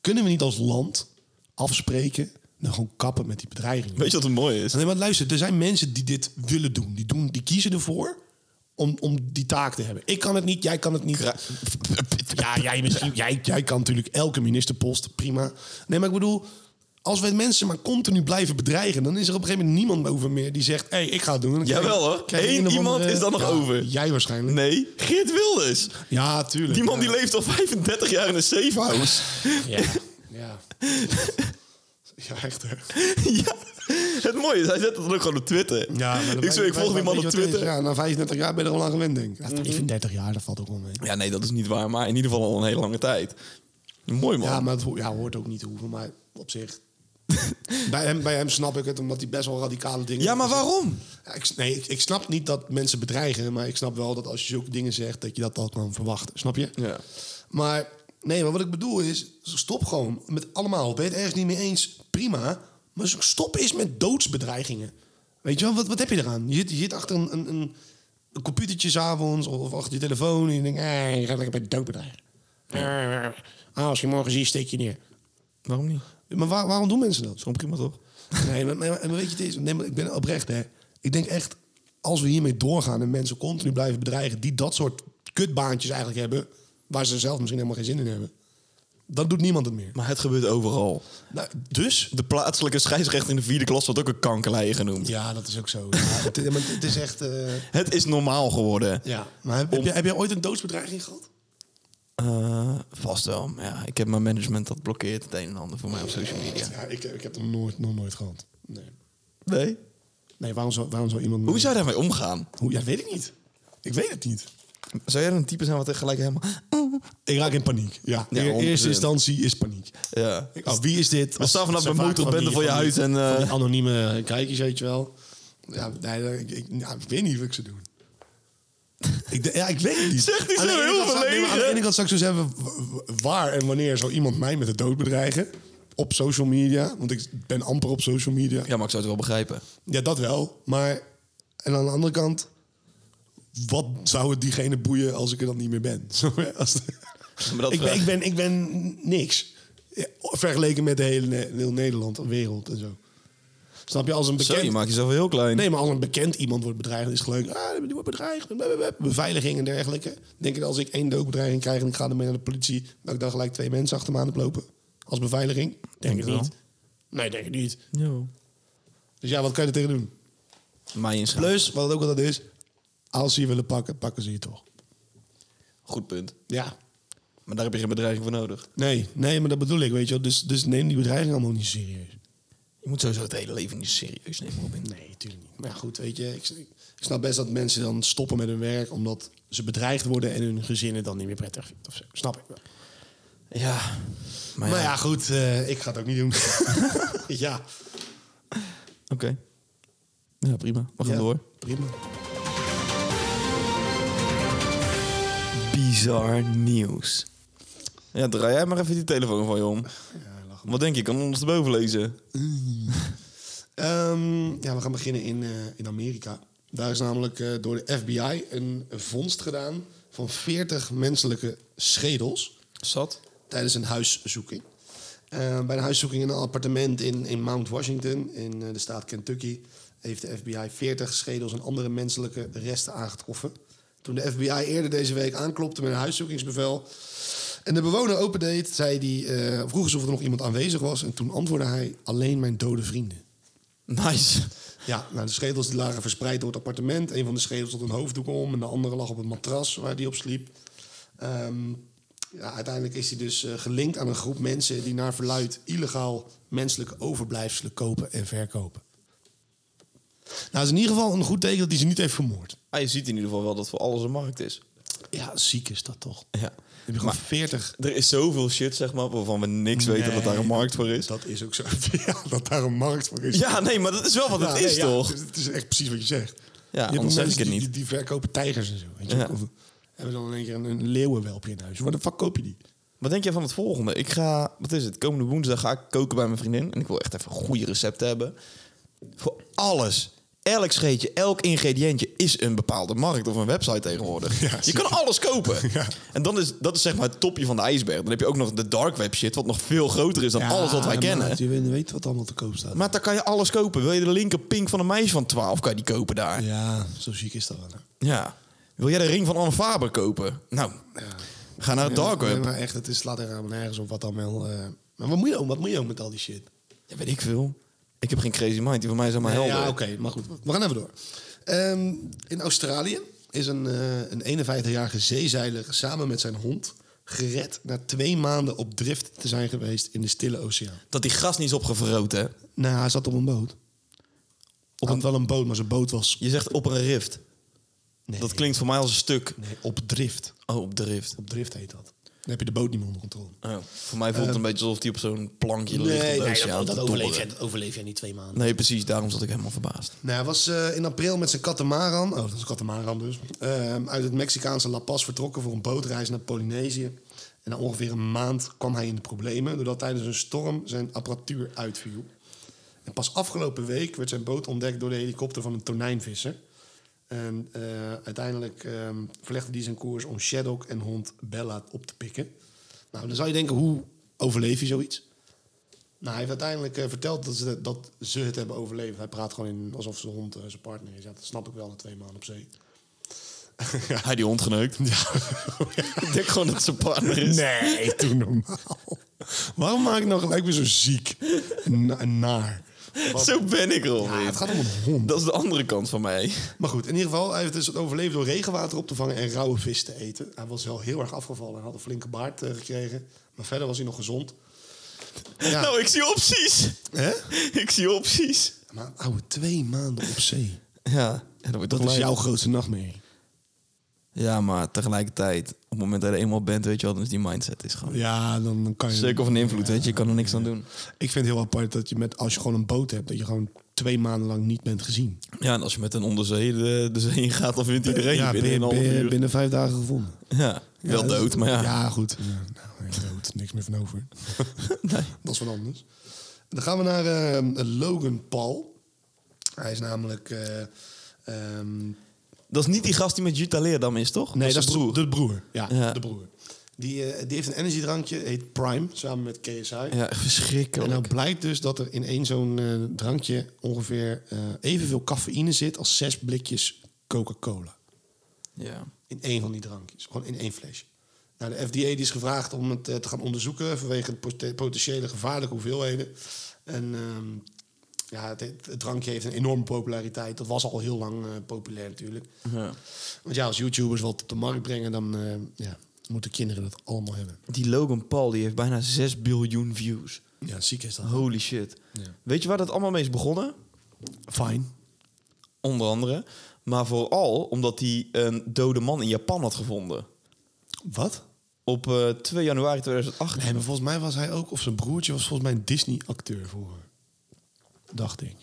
C: Kunnen we niet als land afspreken, dan gewoon kappen met die bedreigingen?
B: Weet je wat het mooie is?
C: Nee, maar luister, er zijn mensen die dit willen doen. Die, doen, die kiezen ervoor om, om die taak te hebben. Ik kan het niet, jij kan het niet. Ja, jij, misschien, jij, jij kan natuurlijk elke ministerpost, prima. Nee, maar ik bedoel, Als we mensen maar continu blijven bedreigen, dan is er op een gegeven moment niemand over meer die zegt: hé, hey, ik ga het doen. Dan krijg je-
B: Jawel, hoor.
C: krijg je
B: Eén
C: een of
B: iemand
C: andere-
B: is dan nog
C: Ja,
B: over.
C: Jij waarschijnlijk.
B: Nee, Geert Wilders.
C: Ja, tuurlijk.
B: Die man
C: Ja.
B: die leeft al 35 jaar in een safe house.
C: Ja. Ja. ja, echt hè.
B: ja. Het mooie is, hij zet het dan ook gewoon op Twitter. ik, zweer, ik volg die man op Twitter.
C: Ja, na 35 jaar ben je er al aan gewend, denk ik. 35 jaar, dat valt ook wel mee.
B: Ja, nee, dat is niet waar, maar in ieder geval al een hele lange tijd. Mooi man.
C: Ja, maar het ho- ja, hoort ook niet te hoeven, maar op zich. bij, hem, bij hem snap ik het, omdat hij best wel radicale dingen...
B: Ja, maar waarom?
C: Ja, ik, s- nee, ik, ik snap niet dat mensen bedreigen, maar ik snap wel dat als je zulke dingen zegt, dat je dat al kan verwachten. Snap je?
B: Ja.
C: Maar nee, maar wat ik bedoel is, stop gewoon met allemaal. Ben je het ergens niet mee eens? Prima. Maar stop eens met doodsbedreigingen. Weet je wel, wat, wat heb je eraan? Je zit, je zit achter een, een, een, een computertje s'avonds of achter je telefoon en je denkt, eh, je gaat lekker bij dood bedreigen. Ah, als je morgen zie, steek je neer.
B: Waarom niet?
C: Maar waar- waarom doen mensen dat?
B: Gewoon prima toch?
C: Nee, maar, maar- maar weet je, het is, nee, maar ik ben oprecht, hè. Ik denk echt, als we hiermee doorgaan en mensen continu blijven bedreigen... die dat soort kutbaantjes eigenlijk hebben... waar ze zelf misschien helemaal geen zin in hebben... dan doet niemand het meer.
B: Maar het gebeurt overal.
C: Nou, dus?
B: De plaatselijke scheidsrechter in de vierde klas wordt ook een kankerlei genoemd.
C: Ja, dat is ook zo. Ja, het, maar het is echt... eh,
B: Het is normaal geworden.
C: ja. Maar heb, heb, jij, heb jij ooit een doodsbedreiging gehad?
B: Eh, vast wel. maar Ja, ik heb mijn management dat blokkeert het een en ander voor mij op social media.
C: Ja, ik, ik heb het nooit, nog nooit gehad. Nee.
B: Nee.
C: Nee, waarom zou, waarom zou iemand...
B: Hoe zou je daarmee omgaan?
C: Hoe, ja, weet ik niet. Ik weet het niet.
B: Zou jij dan een type zijn wat tegelijk helemaal...
C: Ik raak in paniek. Ja,
B: Ja,
C: in eerste
B: 100%.
C: instantie is paniek.
B: Ja.
C: Ik- Oh, wie is dit? We
B: staan vanaf de motorbende voor je uit en, eh,
C: anonieme kijkers, weet je wel. Ja, nee, ik, ik, ja, ik weet niet wat ik zou doen. ik, de- ja, ik weet het niet.
B: Zeg, die
C: Aan de
B: zijn
C: ene
B: heel
C: kant zou- nee, maar Aan de
B: verlegen.
C: ene kant zou ik zo zeggen... w- w- waar en wanneer zou iemand mij met de dood bedreigen? Op social media, want ik ben amper op social media. Ja,
B: ja, maar ik zou het wel begrijpen.
C: dat wel. Maar en aan de andere kant... wat zou het diegene boeien als ik er dan niet meer ben? Snap je? Als
B: Maar dat
C: ik, ben,
B: vraag-
C: ik, ben, ik ben niks. Ja, Vergeleken met de hele Ne- heel Nederland, de wereld en zo. Snap je, als een
B: Zo, je
C: bekend...
B: maakt jezelf heel klein.
C: nee, maar als een bekend iemand wordt bedreigd, is het gelijk... Ah, die wordt bedreigd, blablabla, beveiliging en dergelijke. Denk je dat als ik één doodbedreiging krijg en ik ga ermee naar de politie... dat ik dan gelijk twee mensen achter me aan heb lopen? Als beveiliging? Denk ik
B: wel.
C: niet. Nee, denk ik niet. Dus ja, wat kan je er tegen doen?
B: Mij inschrijven.
C: Plus, wat het ook altijd is... Als ze je willen pakken, pakken ze je toch.
B: Goed punt.
C: Ja.
B: Maar daar heb je geen bedreiging voor nodig.
C: Nee, nee, maar dat bedoel ik, weet je wel. Dus, dus neem die bedreiging allemaal niet serieus.
B: Je moet sowieso het hele leven niet serieus nemen, Robin.
C: Nee, natuurlijk niet. Maar ja, goed, weet je, ik, ik snap best dat mensen dan stoppen met hun werk omdat ze bedreigd worden en hun gezinnen dan niet meer prettig vindt. Of zo. Snap ik wel.
B: Ja. Maar ja,
C: Maar ja, goed, eh, ik ga het ook niet doen. ja.
B: oké. Ja, prima. We gaan
C: Ja,
B: door.
C: Prima.
B: Bizar nieuws. Ja, draai jij maar even die telefoon van je om. Wat denk je? Ik kan ondersteboven lezen.
C: Ehm, ja, we gaan beginnen in, eh, in Amerika. Daar is namelijk eh, door de FBI een vondst gedaan van 40 menselijke schedels.
B: Zat.
C: tijdens een huiszoeking. Eh, bij een huiszoeking in een appartement in, in Mount Washington in eh, de staat Kentucky heeft de FBI 40 schedels en andere menselijke resten aangetroffen. Toen de FBI eerder deze week aanklopte met een huiszoekingsbevel en de bewoner opendeed, zei die, eh, vroeg ze of er nog iemand aanwezig was. En toen antwoordde hij: Alleen mijn dode vrienden.
B: Nice.
C: Ja, nou, de schedels die lagen verspreid door het appartement. Een van de schedels had een hoofddoek om en de andere lag op een matras waar die op sliep. Ehm, ja, uiteindelijk is hij dus eh, gelinkt aan een groep mensen die naar verluid illegaal menselijke overblijfselen kopen en verkopen. Nou, het is in ieder geval een goed teken dat hij ze niet heeft vermoord.
B: Ah, je ziet in ieder geval wel dat voor alles een markt is.
C: Ja, ziek is dat toch?
B: Ja.
C: Heb je gewoon 40.
B: Er is zoveel shit, zeg maar, waarvan we niks weten dat
C: Nee.
B: daar een markt voor is.
C: Dat is ook zo. Ja, dat daar een markt voor is.
B: Ja, nee, maar dat is wel wat het
C: Ja,
B: is,
C: nee, ja,
B: toch?
C: het is- het is echt precies wat je zegt.
B: Ja,
C: Je hebt
B: anders zeg ik
C: mensen
B: het
C: die-
B: niet.
C: Die, die verkopen tijgers en zo. Weet je?
B: Ja.
C: Of hebben dan in één keer een, een leeuwenwelpje in huis. Waar de fuck koop je die?
B: Wat denk jij van het volgende? Ik ga, wat is het? Komende woensdag ga ik koken bij mijn vriendin. En ik wil echt even goede recepten hebben. Voor alles. Elk scheetje, elk ingrediëntje is een bepaalde markt of een website tegenwoordig.
C: Ja,
B: je
C: zeker.
B: kan alles kopen.
C: Ja.
B: En dan is, dat is zeg maar het topje van de ijsberg. Dan heb je ook nog de dark web shit, wat nog veel groter is dan alles wat wij kennen.
C: Je weet, weet wat allemaal te koop staat.
B: Maar daar kan je alles kopen. Wil je de linker pink van een meisje van 12, kan je die kopen daar. Ja.
C: ja, zo ziek is dat wel.
B: Nou,
C: hè.
B: Wil jij de ring van Anne Faber kopen? Nou, ga naar het dark
C: Nee,
B: web.
C: maar echt, het is, slaat er helemaal nergens op wat allemaal... eh, maar wat moet, je ook, wat moet je ook met al die shit?
B: Ja, weet ik veel. Ik heb geen crazy mind. Die van mij zijn maar
C: Nee,
B: helder.
C: Ja, oké, maar goed. We gaan even door. Ehm, in Australië is een, eh, een 51-jarige zeezeiler samen met zijn hond gered na twee maanden op drift te zijn geweest in de Stille Oceaan.
B: Dat die gras niet is opgevroten, hè?
C: Nou, hij zat op een boot. Oh. Op een, wel een boot, maar zijn boot was.
B: Je zegt op een rift.
C: Nee,
B: Dat klinkt voor mij als een stuk.
C: nee, op drift.
B: Oh, op de rift.
C: Op drift heet dat. Dan heb je de boot niet meer onder controle.
B: Oh, voor mij
C: Eh.
B: voelt het een beetje alsof die op zo'n plankje ligt. op de oceaan te dobberen.
C: dat overleef jij niet twee maanden.
B: Nee, precies. Daarom zat ik helemaal verbaasd.
C: Nou, hij was eh, in april met zijn katamaran, oh, dat is een katamaran dus, ehm, uit het Mexicaanse La Paz vertrokken voor een bootreis naar Polynesië. En na ongeveer een maand kwam hij in de problemen, doordat tijdens een storm zijn apparatuur uitviel. En pas afgelopen week werd zijn boot ontdekt door de helikopter van een tonijnvisser. En eh, uiteindelijk ehm verlegde hij zijn koers om Shadok en hond Bella op te pikken. Nou, dan zou je denken, hoe overleef je zoiets? Nou, hij heeft uiteindelijk eh, verteld dat ze, dat ze het hebben overleefd. Hij praat gewoon in, alsof zijn hond eh, zijn partner is. Ja, dat snap ik wel na twee maanden op zee.
B: Hij die hond geneukt. ik denk gewoon dat zijn partner is.
C: Nee, toen normaal. Waarom maak ik nou gelijk weer zo ziek en en naar?
B: Zo ben ik er al
C: Ja,
B: weer.
C: het gaat om een hond.
B: Dat is de andere kant van mij.
C: Maar goed, in ieder geval, hij heeft dus het overleefd door regenwater op te vangen en rauwe vis te eten. Hij was wel heel erg afgevallen en had een flinke baard eh, gekregen. Maar verder was hij nog gezond. Ja,
B: Nou, ik zie opties.
C: hè?
B: Ik zie opties.
C: Maar ouwe, twee maanden op zee.
B: Ja, en dan wordt
C: Dat
B: toch
C: is
B: leuk.
C: jouw grootste nachtmerrie.
B: Ja, maar tegelijkertijd, op het moment dat je er eenmaal bent, weet je wel, dan is die mindset is gewoon...
C: Ja, dan kan je...
B: Zeker van invloed, weet je. Je kan er niks aan doen.
C: Ik vind het heel apart dat je met, als je gewoon een boot hebt, dat je gewoon twee maanden lang niet bent gezien.
B: Ja, en als je met een onderzee de, de zee in gaat, dan vindt iedereen je
C: ja,
B: binnen een half uur.
C: binnen vijf dagen gevonden.
B: Ja, wel
C: Ja, dat-
B: dood, maar ja.
C: Ja, goed. Ja, nou, ja, dood. Niks meer van over. Dat is wat anders. Dan gaan we naar eh, Logan Paul. Hij is namelijk... eh, ehm,
B: Dat is niet die gast die met Jutta Leerdam is, toch?
C: nee,
B: zijn broer.
C: De broer. Ja,
B: Ja.
C: de broer. Die, eh, die heeft een energiedrankje, heet Prime, samen met KSI.
B: Ja, echt
C: En
B: verschrikkelijk.
C: nou blijkt dus dat er in één zo'n eh, drankje ongeveer eh, evenveel cafeïne zit als zes blikjes Coca-Cola.
B: Ja.
C: In één van die drankjes. Gewoon in één flesje. Nou, de FDA die is gevraagd om het eh, te gaan onderzoeken vanwege het pot- potentiële gevaarlijke hoeveelheden. En ehm, ja, het, het drankje heeft een enorme populariteit. Dat was al heel lang eh, populair natuurlijk.
B: ja.
C: Want ja, als YouTubers wat op de markt brengen, dan eh, ja, moeten kinderen dat allemaal hebben.
B: Die Logan Paul, die heeft bijna 6 biljoen views.
C: Ja, ziek is dat.
B: Holy shit. Weet je waar dat allemaal mee is begonnen?
C: Fijn.
B: Onder andere. Maar vooral omdat hij een dode man in Japan had gevonden.
C: Wat?
B: Op eh, 2 januari 2018.
C: Nee, maar volgens mij was hij ook, of zijn broertje was volgens mij een Disney-acteur vroeger. Dacht ik.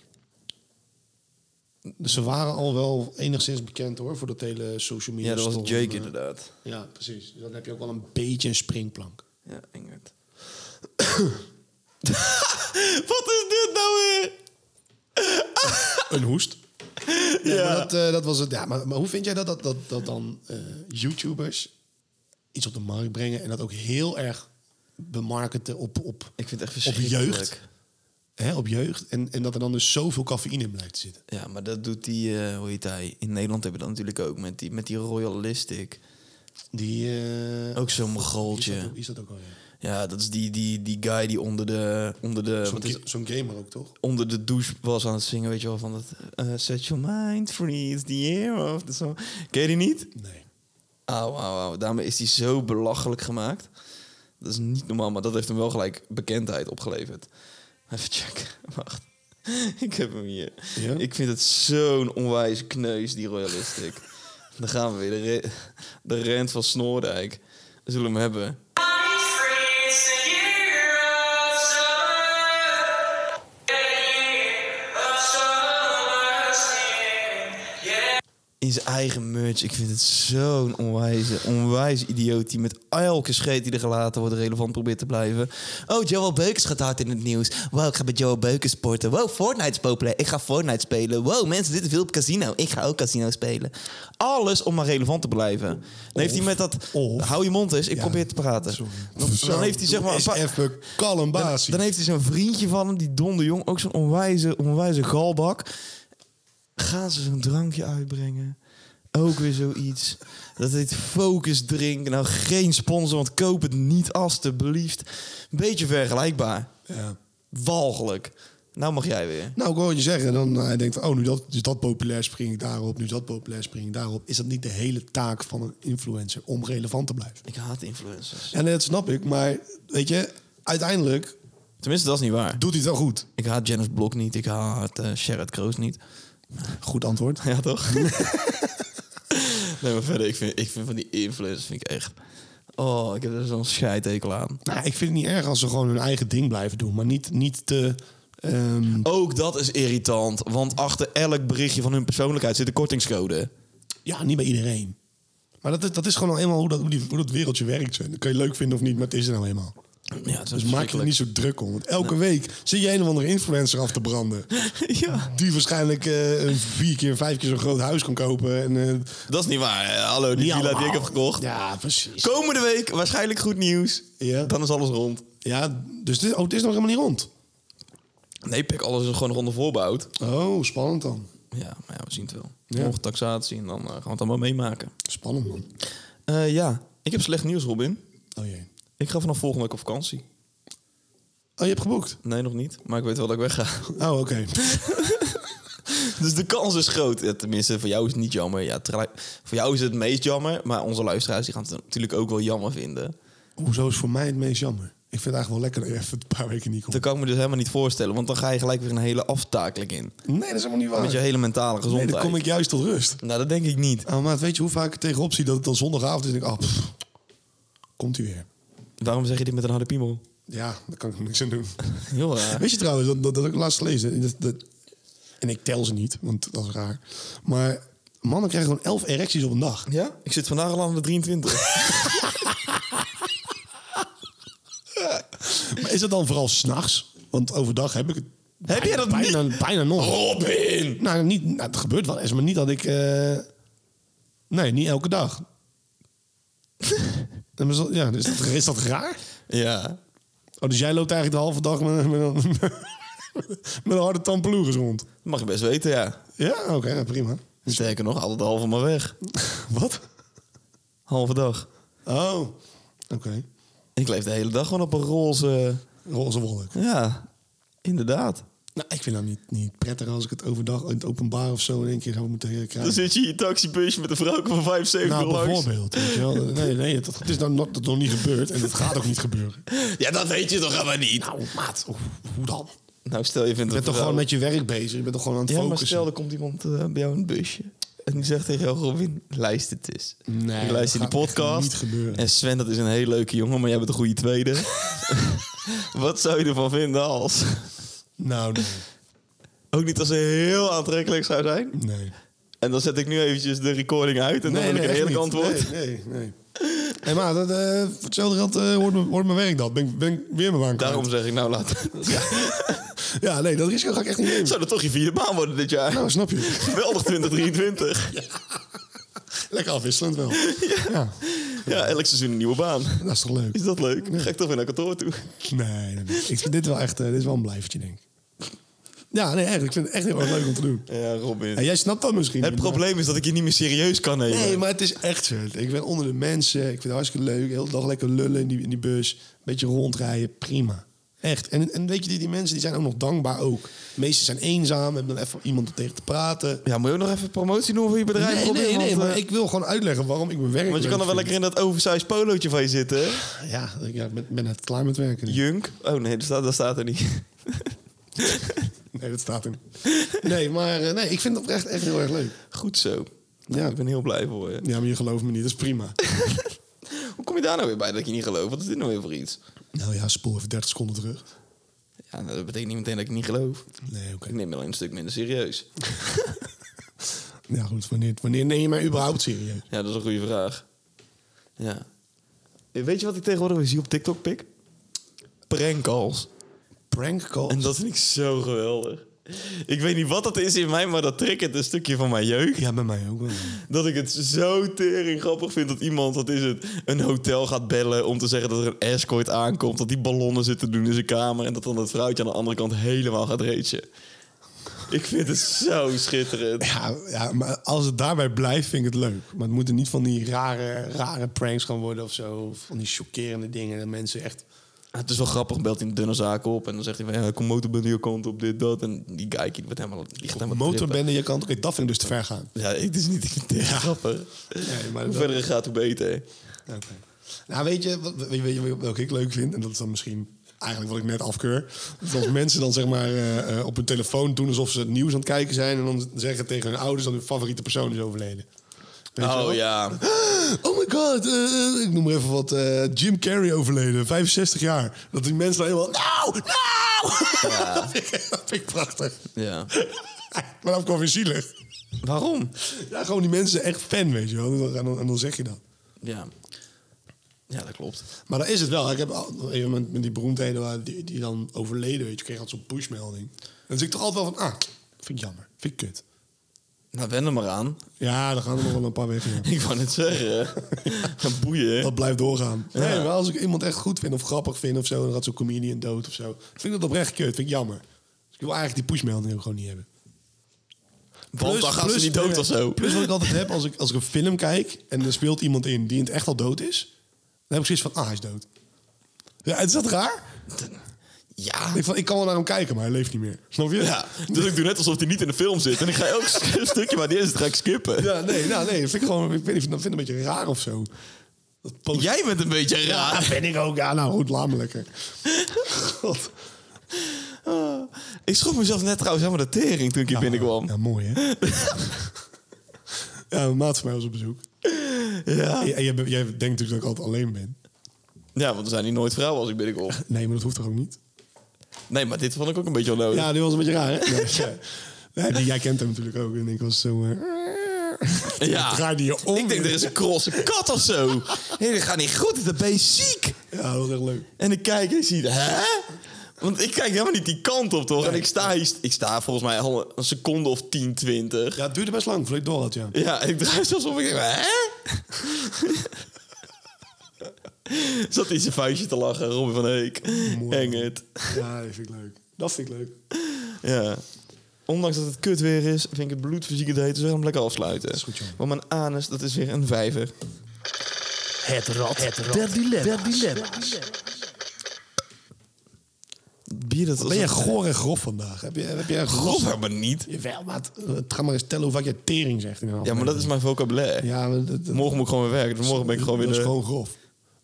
C: Dus ze waren al wel enigszins bekend hoor, voor dat hele social media.
B: ja, dat was
C: storm. eh,
B: Jake inderdaad.
C: Ja, precies. Dus dan heb je ook wel een beetje een springplank.
B: Ja, Engert. Wat is dit nou weer?
C: Een hoest. Ja,
B: Ja.
C: Maar dat, eh, dat was het. Ja, maar, maar hoe vind jij dat, dat, dat, dat dan eh, YouTubers iets op de markt brengen en dat ook heel erg bemarketen op, op,
B: Ik vind het echt
C: op
B: verschrikkelijk.
C: jeugd? Hè, op jeugd. En, en dat er dan dus zoveel cafeïne in blijft zitten.
B: Ja, maar dat doet die, eh, hoe heet hij? In Nederland hebben we dat natuurlijk ook met die, met die Royalistic.
C: Die. eh,
B: Ook zo'n
C: Is dat,
B: mogoltje.
C: ook- is dat ook alweer?
B: Ja, dat is die, die, die guy die onder de, onder de,
C: Zo'n
B: wat is,
C: ga- zo'n gamer ook, toch?
B: onder de douche was aan het zingen, weet je wel, van dat... eh, set your mind free, it's the year of the song. Ken je die niet?
C: Nee.
B: Auw, auw, auw. Daarmee is die zo belachelijk gemaakt. Dat is niet normaal, maar dat heeft hem wel gelijk bekendheid opgeleverd. Even checken. Wacht. Ik heb hem hier.
C: Ja?
B: Ik vind het zo'n onwijs kneus, die Royalistic. Dan gaan we weer. De, re- de rent van Snoordijk. We zullen hem hebben. In zijn eigen merch. Ik vind het zo'n onwijze, onwijs idioot... die met elke scheet die er gelaten wordt relevant probeert te blijven.
D: Oh, Joel Beukers gaat hard in het nieuws. Wow, ik ga met Joel Beukers sporten. Wow, Fortnite is populair. Ik ga Fortnite spelen. Wow, mensen zitten veel op casino. Ik ga ook casino spelen.
B: Alles om maar relevant te blijven. Dan heeft hij met dat...
C: of-
B: hou je mond eens, ik
C: Ja,
B: probeer te praten.
C: sorry.
B: Dan, dan heeft hij zeg maar... een
C: Is
B: paar-
C: even kalm,
B: Dan,
C: baas.
B: dan heeft hij zo'n vriendje van hem, die Don de Jong, ook zo'n onwijze, onwijze galbak. Gaan ze zo'n drankje uitbrengen? Ook weer zoiets. Dat heet Focus Drink. Nou, geen sponsor, want koop het niet alstublieft. Beetje vergelijkbaar.
C: Ja.
B: Walgelijk. Nou mag jij weer.
C: Nou, ik hoor je zeggen. Dan eh, hij denkt, oh, nu dat, dus dat populair spring ik daarop. Nu dat populair spring ik daarop. Is dat niet de hele taak van een influencer om relevant te blijven?
B: Ik haat influencers.
C: En dat snap ik. Maar weet je, uiteindelijk
B: Tenminste, dat is niet waar.
C: doet hij het wel goed.
B: Ik haat Janice Blok niet. Ik haat eh Sherrod Kroos niet.
C: Goed antwoord.
B: Ja, toch? nee, maar verder, ik vind, ik vind van die influencers vind ik echt... Oh, ik heb er zo'n scheidtekel aan.
C: Nou, ik vind het niet erg als ze gewoon hun eigen ding blijven doen. Maar niet, niet te... ehm,
B: Ook dat is irritant, want achter elk berichtje van hun persoonlijkheid zit een kortingscode.
C: ja, niet bij iedereen. Maar dat is, dat is gewoon al eenmaal hoe dat, hoe, die, hoe dat wereldje werkt. Dat kan je leuk vinden of niet, maar het is er nou eenmaal.
B: Ja, dat
C: Dus maak je er niet zo druk om. Want elke week zit je een of andere influencer af te branden.
B: Ja.
C: Die waarschijnlijk eh, een vier keer, vijf keer zo'n groot huis kan kopen. En, eh,
B: Dat is niet waar. hè. Hallo, die
C: niet
B: villa die ik
C: allemaal.
B: heb gekocht.
C: Ja, precies.
B: Komende week waarschijnlijk goed nieuws.
C: Ja.
B: Dan is alles rond.
C: Ja, dus dit, oh, het is nog helemaal niet rond.
B: Nee, pik, alles is gewoon rond voorbouwd.
C: Oh, spannend dan.
B: Ja, maar ja, we zien het wel.
C: Ja.
B: Morgen taxatie en dan eh, gaan we het allemaal meemaken.
C: Spannend man.
B: Eh, ja, ik heb slecht nieuws, Robin.
C: Oh jee.
B: Ik ga vanaf volgende week op vakantie.
C: Oh, je hebt geboekt?
B: Nee, nog niet. Maar ik weet wel dat ik wegga.
C: Oh, oké.
B: Dus de kans is groot. Ja, tenminste, voor jou is het niet jammer. Ja, tra- voor jou is het meest jammer. Maar onze luisteraars die gaan het natuurlijk ook wel jammer vinden.
C: Hoezo is voor mij het meest jammer? Ik vind het eigenlijk wel lekker dat je even een paar weken niet komt.
B: Dat kan ik me dus helemaal niet voorstellen. Want dan ga je gelijk weer een hele aftakeling in.
C: Nee, dat is helemaal niet waar.
B: Met je hele mentale
C: nee,
B: gezondheid.
C: dan kom ik juist tot rust.
B: Nou, dat denk ik niet.
C: Oh, maar weet je hoe vaak ik er tegenop zie dat het dan zondagavond is? En ik denk, ah, pff, komt hij weer.
B: Waarom zeg je dit met een harde piemel?
C: Ja, daar kan ik niks aan doen.
B: Heel raar.
C: Weet je trouwens, dat, dat, dat heb ik laatst gelezen. Dat, dat- en ik tel ze niet, want dat is raar. Maar mannen krijgen gewoon elf erecties op een dag.
B: Ja? Ik zit vandaag al aan de 23.
C: Maar is dat dan vooral s'nachts? Want overdag heb ik het
B: Heb jij dat
C: bijna, bijna nog.
B: Robin!
C: Nou, niet, nou, het gebeurt wel eens, maar niet dat ik... eh, nee, niet elke dag. Dan is dat- ja, is dat, is dat raar?
B: Ja.
C: Oh, dus jij loopt eigenlijk de halve dag met, met, een, met een harde tampeloeris rond?
B: Dat mag je best weten, ja.
C: Ja, oké, nou, prima.
B: Sterker nog, altijd halve maar weg.
C: Wat?
B: Halve dag.
C: Oh, oké.
B: Ik leef de hele dag gewoon op een roze...
C: Roze wolk.
B: Ja, inderdaad.
C: Nou, ik vind dat niet, niet prettig als ik het overdag in het openbaar of zo in één keer zou moeten eh, krijgen.
B: Dan zit je in je taxibusje met een vrouw van 75
C: nou,
B: langs.
C: bijvoorbeeld. Weet je wel. Nee, nee, dat, het is nou nog, dat nog niet gebeurd en dat gaat ook niet gebeuren.
B: Ja, dat weet je toch helemaal niet?
C: Nou, maat, hoe- hoe dan?
B: Nou, stel je vindt
C: Je
B: het
C: bent toch gewoon met je werk bezig? Je bent toch gewoon aan het
B: Ja, maar
C: focussen?
B: stel, er komt iemand eh, bij jou in het busje. En die zegt tegen jou, Robin, luister het eens.
C: Nee,
B: ik
C: dat
B: luister die
C: gaat echt
B: podcast.
C: niet gebeuren.
B: En Sven, dat is een hele leuke jongen, maar jij bent een goede tweede. Wat zou je ervan vinden als...
C: Nou, nee.
B: Ook niet als ze heel aantrekkelijk zou zijn.
C: Nee,
B: En dan zet ik nu eventjes de recording uit en dan heb ik een
C: echt
B: eerlijk
C: niet.
B: antwoord.
C: Nee, nee, nee. Hé, maar dat, eh, voor hetzelfde geld eh, hoort, mijn, hoort mijn werk dat. Ben, ik- ben ik weer mijn baan kwijt.
B: Daarom zeg ik, nou laat.
C: Ja, nee, dat risico ga ik echt niet nemen.
B: Zou dat toch je vierde baan worden dit jaar?
C: Nou, snap je.
B: Geweldig 2023.
C: Lekker afwisselend wel. Ja.
B: Ja, elk seizoen een nieuwe baan.
C: Dat is toch leuk?
B: Is dat leuk? Dan ga ik toch weer naar kantoor toe.
C: Nee, nee, nee. Ik vind dit wel echt eh, dit is wel een blijvertje, denk ik. Ja, nee, echt. Ik vind het echt heel erg leuk om te doen.
B: Ja, Robin.
C: En jij snapt dat misschien
B: Het
C: niet, maar-
B: probleem is dat ik je niet meer serieus kan nemen.
C: Nee, maar het is echt zo. Ik ben onder de mensen. Ik vind het hartstikke leuk. Heel de dag lekker lullen in die, in die bus. beetje rondrijden. Prima. Echt. En, en weet je, die, die mensen die zijn ook nog dankbaar ook. De meesten zijn eenzaam. Hebben dan even iemand om tegen te praten.
B: Ja, moet je ook nog even promotie doen voor je bedrijf,
C: Nee,
B: Robin?
C: nee, nee.
B: want, eh,
C: Maar ik wil gewoon uitleggen waarom ik mijn werk
B: want je kan
C: leuk
B: dan wel lekker
C: vind.
B: in dat oversized polootje van je zitten. hè?
C: Ja, ik ja, ben, ben net klaar met werken. nu.
B: Junk. Oh nee, dat staat, dat staat er niet.
C: Nee, dat staat er niet. Nee, maar eh, nee, ik vind het oprecht echt heel erg leuk.
B: Goed zo.
C: Ja.
B: ja. Ik ben heel blij voor je.
C: Ja, maar je gelooft me niet. Dat is prima.
B: Hoe kom je daar nou weer bij dat ik je niet geloof? Wat is dit nou weer voor iets?
C: Nou ja, spoel even 30 seconden terug.
B: Ja, nou, dat betekent niet meteen dat ik het niet geloof.
C: Nee, oké.
B: Ik neem me alleen een stuk minder serieus.
C: Ja, goed. Wanneer, wanneer neem je mij überhaupt serieus?
B: Ja, dat is een goede vraag. Ja. Eh, Weet je wat ik tegenwoordig weer zie op TikTok, Pik? Prankcalls.
C: Prank call.
B: En dat vind ik zo geweldig. Ik weet niet wat dat is in mij, maar dat triggert een stukje van mijn jeugd.
C: Ja, bij mij ook wel.
B: Dat ik het zo tering grappig vind dat iemand, wat is het, een hotel gaat bellen om te zeggen dat er een escort aankomt. Dat die ballonnen zitten doen in zijn kamer en dat dan dat vrouwtje aan de andere kant helemaal gaat reetje. Ik vind het zo schitterend.
C: Ja, ja, maar als het daarbij blijft, vind ik het leuk. Maar het moeten niet van die rare, rare pranks gaan worden of zo. Of Van die chockerende dingen. Dat mensen echt
B: Het is wel grappig, belt hij een dunne zaak op en dan zegt hij van ja, kom motorbende je kant op, dit, dat. En die guy die wordt helemaal, ligt helemaal te trippen.
C: Motorbende, je kan oké, dat vind ik dus te ver gaan.
B: Ja, het is niet het is grappig.
C: Nee, maar
B: hoe
C: dat-
B: verder het gaat, hoe beter.
C: Oké. Nou, weet je, wat, weet, weet je welke ik leuk vind? En dat is dan misschien eigenlijk wat ik net afkeur. Dat als mensen dan zeg maar eh, eh, op hun telefoon doen alsof ze het nieuws aan het kijken zijn... en dan zeggen tegen hun ouders dat hun favoriete persoon is overleden. Weet je wel?
B: Oh ja.
C: Oh my god, eh, eh, ik noem maar even wat. eh, Jim Carrey overleden, 65 jaar. Dat die mensen dan helemaal... Nou, nou! dat, vind ik, dat vind ik prachtig.
B: ja.
C: maar dat kwam weer zielig.
B: Waarom?
C: Ja, gewoon die mensen echt fan, weet je wel. En dan- en dan, en dan zeg je dat.
B: Ja. Ja, dat klopt.
C: Maar dat is het wel. Ik heb al- even met, met die beroemdheden waar die, die dan overleden, weet je, kreeg altijd zo'n pushmelding. Dan zit ik toch altijd wel van, ah, vind ik jammer, vind ik kut.
B: Nou, wen er maar aan.
C: Ja, dan gaan er nog wel een paar weken. ja.
B: Ik wou net zeggen. Gaan boeien.
C: Dat blijft doorgaan.
B: Ja.
C: Nee, maar als ik iemand echt goed vind of grappig vind of zo, dan gaat zo'n comedian dood of zo. Vind ik dat oprecht kut, vind ik jammer. Dus ik wil eigenlijk die pushmelding ook gewoon niet hebben.
B: Want dan gaan ze niet dood of zo.
C: Plus wat ik altijd heb, als ik, als ik een film kijk en er speelt iemand in die in het echt al dood is, dan heb ik zoiets van, ah, hij is dood. Ja, is dat raar?
B: Ja.
C: Ik, van, ik kan wel naar hem kijken, maar hij leeft niet meer. Snap je?
B: Ja, dus ik doe net alsof hij niet in de film zit. En ik ga elk sk- stukje waar die is, dat ga ik skippen.
C: Ja, nee, nou, nee, dat vind ik gewoon, ik weet niet, dat vind ik een beetje raar of zo. Dat post-
B: Jij bent een beetje
C: Ja,
B: raar.
C: dat vind ik ook. Ja, nou goed, laat me lekker. God.
B: Ah, Ik schrok mezelf net trouwens helemaal de tering toen ik hier binnenkwam.
C: Ah, Ja, mooi hè? ja, een maat van mij was op bezoek.
B: Ja.
C: En jij, bent- jij denkt natuurlijk dat ik altijd alleen ben.
B: ja, want er zijn hier nooit vrouwen als ik binnenkom.
C: Nee, maar dat hoeft toch ook niet?
B: Nee, maar dit vond ik ook een beetje onnodig.
C: Ja, die was een beetje raar hè? Nee, ja. Nee, die- jij kent hem natuurlijk ook. En ik was zo... eh,
B: Ja.
C: Draaide je om.
B: Ik denk, er is een krosse kat of zo. Hé, dat gaat niet goed. Dat ben je ziek.
C: Ja, dat was echt leuk.
B: En ik kijk en ik zie, hè? Want ik kijk helemaal niet die kant op, toch? En ik sta, hier- ik sta volgens mij al een seconde of 10, 20.
C: Ja, het duurde best lang voordat ik door had, ja.
B: Ja, ik draai zelfs om. Ik denk, hè? Zat hij in zijn vuistje te lachen, Robin van Heek.
C: Mooi.
B: Engert.
C: Ja, dat vind ik leuk. Dat vind ik leuk.
B: Ja. Ondanks dat het kut weer is, vind ik het bloedverziekend heet. Dus we gaan hem lekker afsluiten.
C: is goed, jongen.
B: Want mijn anus, dat is weer een vijver.
E: Het rad, het rad der dilemma's.
B: Bier, dat
C: Ben jij goor en grof vandaag? Heb je, heb je
B: grof? Maar niet.
C: Jawel, maat. Het gaat maar eens tellen hoe vaak je tering zegt. In een
B: Ja, maar dat is mijn vocabulaire.
C: Ja, maar dat, dat-
B: Morgen moet ik gewoon weer werken, dus morgen ben ik gewoon weer...
C: Dat is
B: de-
C: gewoon grof.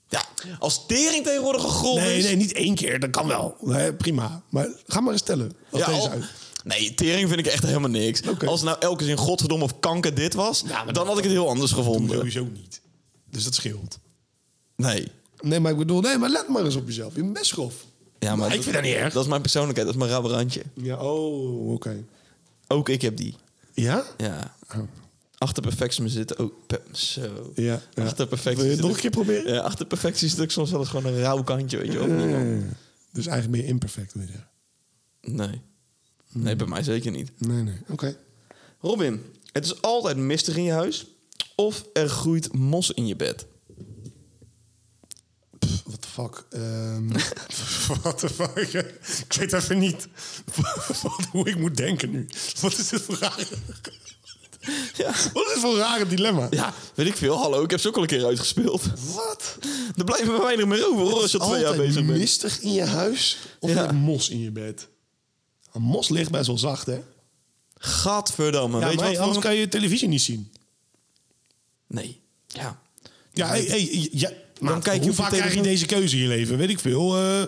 B: Ja, als tering tegenwoordig een grof
C: Nee,
B: is...
C: nee, niet één keer. Dat kan wel. Nee, prima. Maar ga maar eens tellen. Als
B: Ja,
C: deze
B: al-
C: uit.
B: Nee, tering vind ik echt helemaal niks.
C: Oké.
B: Als het nou elke zin godverdomme of kanker dit was, dan had ik het heel anders gevonden.
C: Sowieso niet. Dus dat scheelt.
B: Nee.
C: Nee, maar ik bedoel, nee, maar let maar eens op jezelf. Je bent best grof.
B: Ja, maar
C: ik vind dat niet erg.
B: Dat is mijn persoonlijkheid, dat is mijn rabarantje.
C: Ja, oh, oké.
B: Ook ik heb die.
C: Ja?
B: Ja. Achter perfectie zitten ook... pe- Zo.
C: Ja, ja.
B: Achter perfectie
C: Wil je
B: zit
C: het nog
B: ook-
C: een keer proberen?
B: Ja, achter perfectie zit ook soms wel eens gewoon een rauw kantje, weet je wel.
C: Dus eigenlijk ben je imperfect, wil je zeggen.
B: Nee.
C: Hmm.
B: Nee, bij mij zeker niet.
C: Nee, nee. Oké.
B: Robin, het is altijd mistig in je huis of er groeit mos in je bed.
C: Pff, What the fuck? Ehm what the fuck? ik weet even niet wat, hoe ik moet denken nu. Wat is dit voor rare...
B: Ja.
C: Wat is dit voor een rare dilemma?
B: Ja, weet ik veel. Hallo, ik heb ze ook al een keer uitgespeeld.
C: Wat?
B: Er blijven we weinig meer over hoor, als je twee jaar
C: Altijd
B: bezig bent.
C: mistig in je huis of
B: Ja.
C: met mos in je bed? Een mos ligt best wel zacht, hè? Ja,
B: Gadverdamme.
C: maar
B: weet je
C: hey,
B: wat
C: anders
B: voor een-
C: kan je je televisie niet zien.
B: Nee. Ja.
C: Ja, hey, hey, ja maat,
B: kijk je
C: hoe
B: op je
C: vaak krijg je
B: televisie.
C: deze keuze in je leven? Weet ik veel. eh,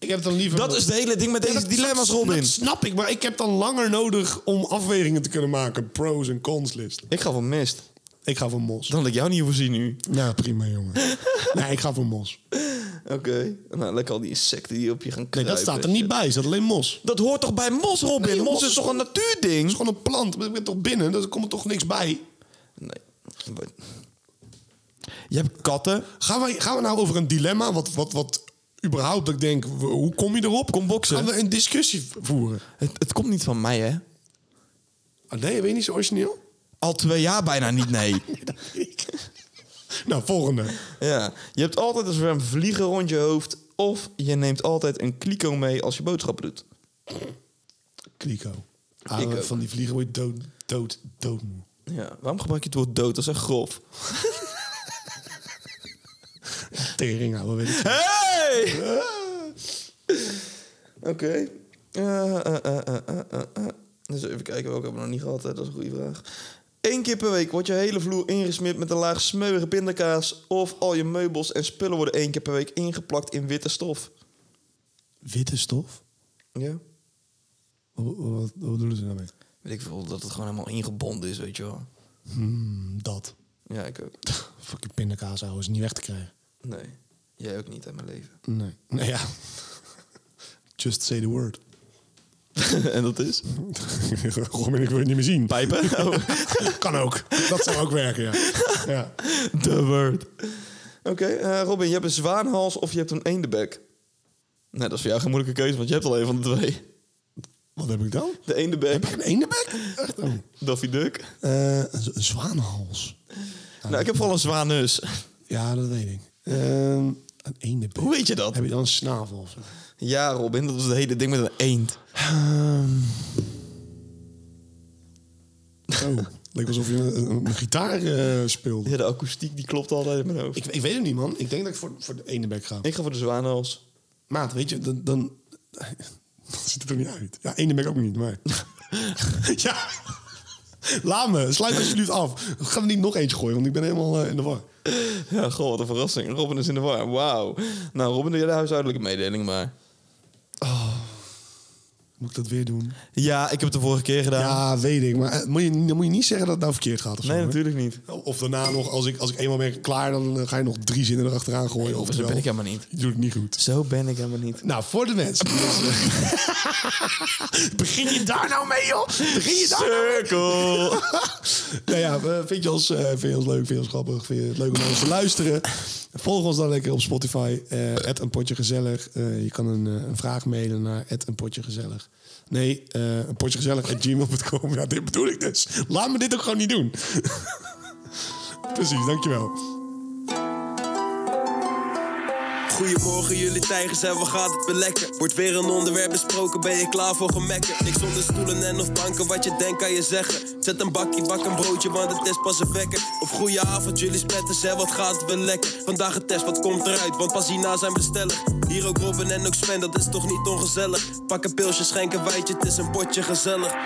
C: ik heb dan liever...
B: Dat is het hele ding met
C: Ja,
B: deze
C: dat-
B: dilemma's,
C: dat-
B: Robin.
C: Dat snap ik, maar ik heb dan langer nodig om afwegingen te kunnen maken. Pros en cons list.
B: Ik ga voor mist.
C: Ik ga voor mos.
B: Dan had ik jou niet hoeven zien nu.
C: Nou, prima, jongen. nee, ik ga voor mos.
B: Oké. Nou, lekker al die insecten die op je gaan
C: Nee,
B: kruipen.
C: dat staat er niet bij. Er staat alleen mos. Het
B: Dat hoort toch bij mos, Robin?
C: Nee, joh,
B: mos
C: mos
B: is
C: is-
B: toch een
C: is
B: natuurding?
C: gewoon een plant. maar Ik ben toch binnen, dus er komt er toch niks bij.
B: Nee. Je hebt katten.
C: Gaan we, gaan we nou over een dilemma? Wat, wat, wat überhaupt, dat ik denk, w- hoe kom je erop?
B: Kom boksen.
C: Gaan we een discussie v- voeren?
B: Het, het komt niet van mij, hè?
C: Ah, nee, weet je niet zo origineel?
B: Al twee jaar bijna niet, nee.
C: Nou, volgende.
B: Ja, je hebt altijd een zwerm vliegen rond je hoofd. Of je neemt altijd een kliko mee als je boodschappen doet.
C: Kliko. Ah,
B: Ik ook.
C: van die vliegen word je dood, dood, dood. moe.
B: Ja, waarom gebruik je het woord dood? Dat is echt grof.
C: Tering, ouwe, weet ik.
B: Hé! Hey! Oké. Eh, eh, eh, eh, eh, eh, eh. Dus even kijken welke hebben we nog niet gehad. Hè? Dat is een goede vraag. Eén keer per week wordt je hele vloer ingesmeerd met een laag smeuïge pindakaas... of al je meubels en spullen worden één keer per week ingeplakt in witte stof.
C: Witte stof?
B: Ja?
C: Wat, wat, wat doen ze daarmee?
D: Weet ik veel, dat het gewoon helemaal ingebonden is, weet je wel.
C: Hmm, dat.
B: Ja, ik ook.
C: Fucking pindakaas, ouwe, is niet weg te krijgen.
B: Nee. Jij ook niet, hè, mijn leven.
C: Nee. Nee, ja. Just say the word.
B: en dat is?
C: Gewoon, ik wil het niet meer zien.
B: Pijpen? Oh.
C: Kan ook. Dat zou ook werken, ja. ja.
B: The word. Oké, eh, Robin, je hebt een zwaanhals of je hebt een eendebek. Nou, dat is voor jou geen moeilijke keuze, want je hebt al een van de twee.
C: Wat heb ik dan?
B: De eendebek,
C: Een eendebek? Echt oh.
B: Daffy Duck.
C: Eh, een z- een zwaanhals.
B: Nou, ik heb vooral een zwaanneus.
C: Ja, dat weet ik. Ehm een eendebek.
B: Hoe weet je dat?
C: Heb je dan een snavel of zo?
B: Ja, Robin, dat was het hele ding met een eend.
C: Oh, leek alsof je een, een- een gitaar eh, speelde.
B: Ja, de akoestiek die klopt altijd in mijn hoofd.
C: Ik, ik weet het niet, man. Ik denk dat ik voor, voor de eendebek ga.
B: Ik ga voor de zwaanhals.
C: Maat, weet je, dan, dan, dan ziet het er niet uit. Ja, eendebek ook niet, maar... ja, laat me. Sluit alsjeblieft af. Ga er niet nog eentje gooien, want ik ben helemaal eh, in de war.
B: Ja, goh, wat een verrassing. Robin is in de war. Wauw. Nou, Robin, doe jij de huishoudelijke mededeling maar.
C: Moet ik dat weer doen?
B: Ja, ik heb het de vorige keer gedaan.
C: Ja, weet ik. Maar eh, moet je, dan moet je niet zeggen dat het nou verkeerd gaat of zo.
B: nee,
C: hoor.
B: natuurlijk niet.
C: Of daarna nog, als ik, als ik eenmaal ben klaar, dan eh, ga je nog drie zinnen erachteraan gooien. of
D: dat ben ik helemaal niet.
C: Je doet het niet goed.
D: Zo ben ik helemaal niet.
C: Nou, voor de mensen. Begin je daar nou mee, joh? Begin je daar nou mee?
B: Cirkel!
C: Nou ja, eh, vind je, ons, eh, vind je ons leuk, vind je ons grappig, vind je het leuk om naar ons te luisteren? Volg ons dan lekker op Spotify, eh een potje gezellig. Eh, je kan een, eh, een vraag mailen naar een potje gezellig. Nee, eh een potje gezellig gmail.com. Ja, dit bedoel ik dus. Laat me dit ook gewoon niet doen. Precies, dankjewel.
A: Goedemorgen jullie tijgers en wat gaat het weer lekker? Wordt weer een onderwerp besproken, ben je klaar voor gemekken? Niks onder stoelen en of banken, wat je denkt kan je zeggen Zet een bakje, bak een broodje, want het is pas een wekker Of goeie avond jullie spetters en wat gaat het weer lekker? Vandaag een test, wat komt eruit, want pas hierna zijn bestellig Hier ook Robin en ook Sven, dat is toch niet ongezellig? Pak een pilsje, schenk een wijtje, het is een potje gezellig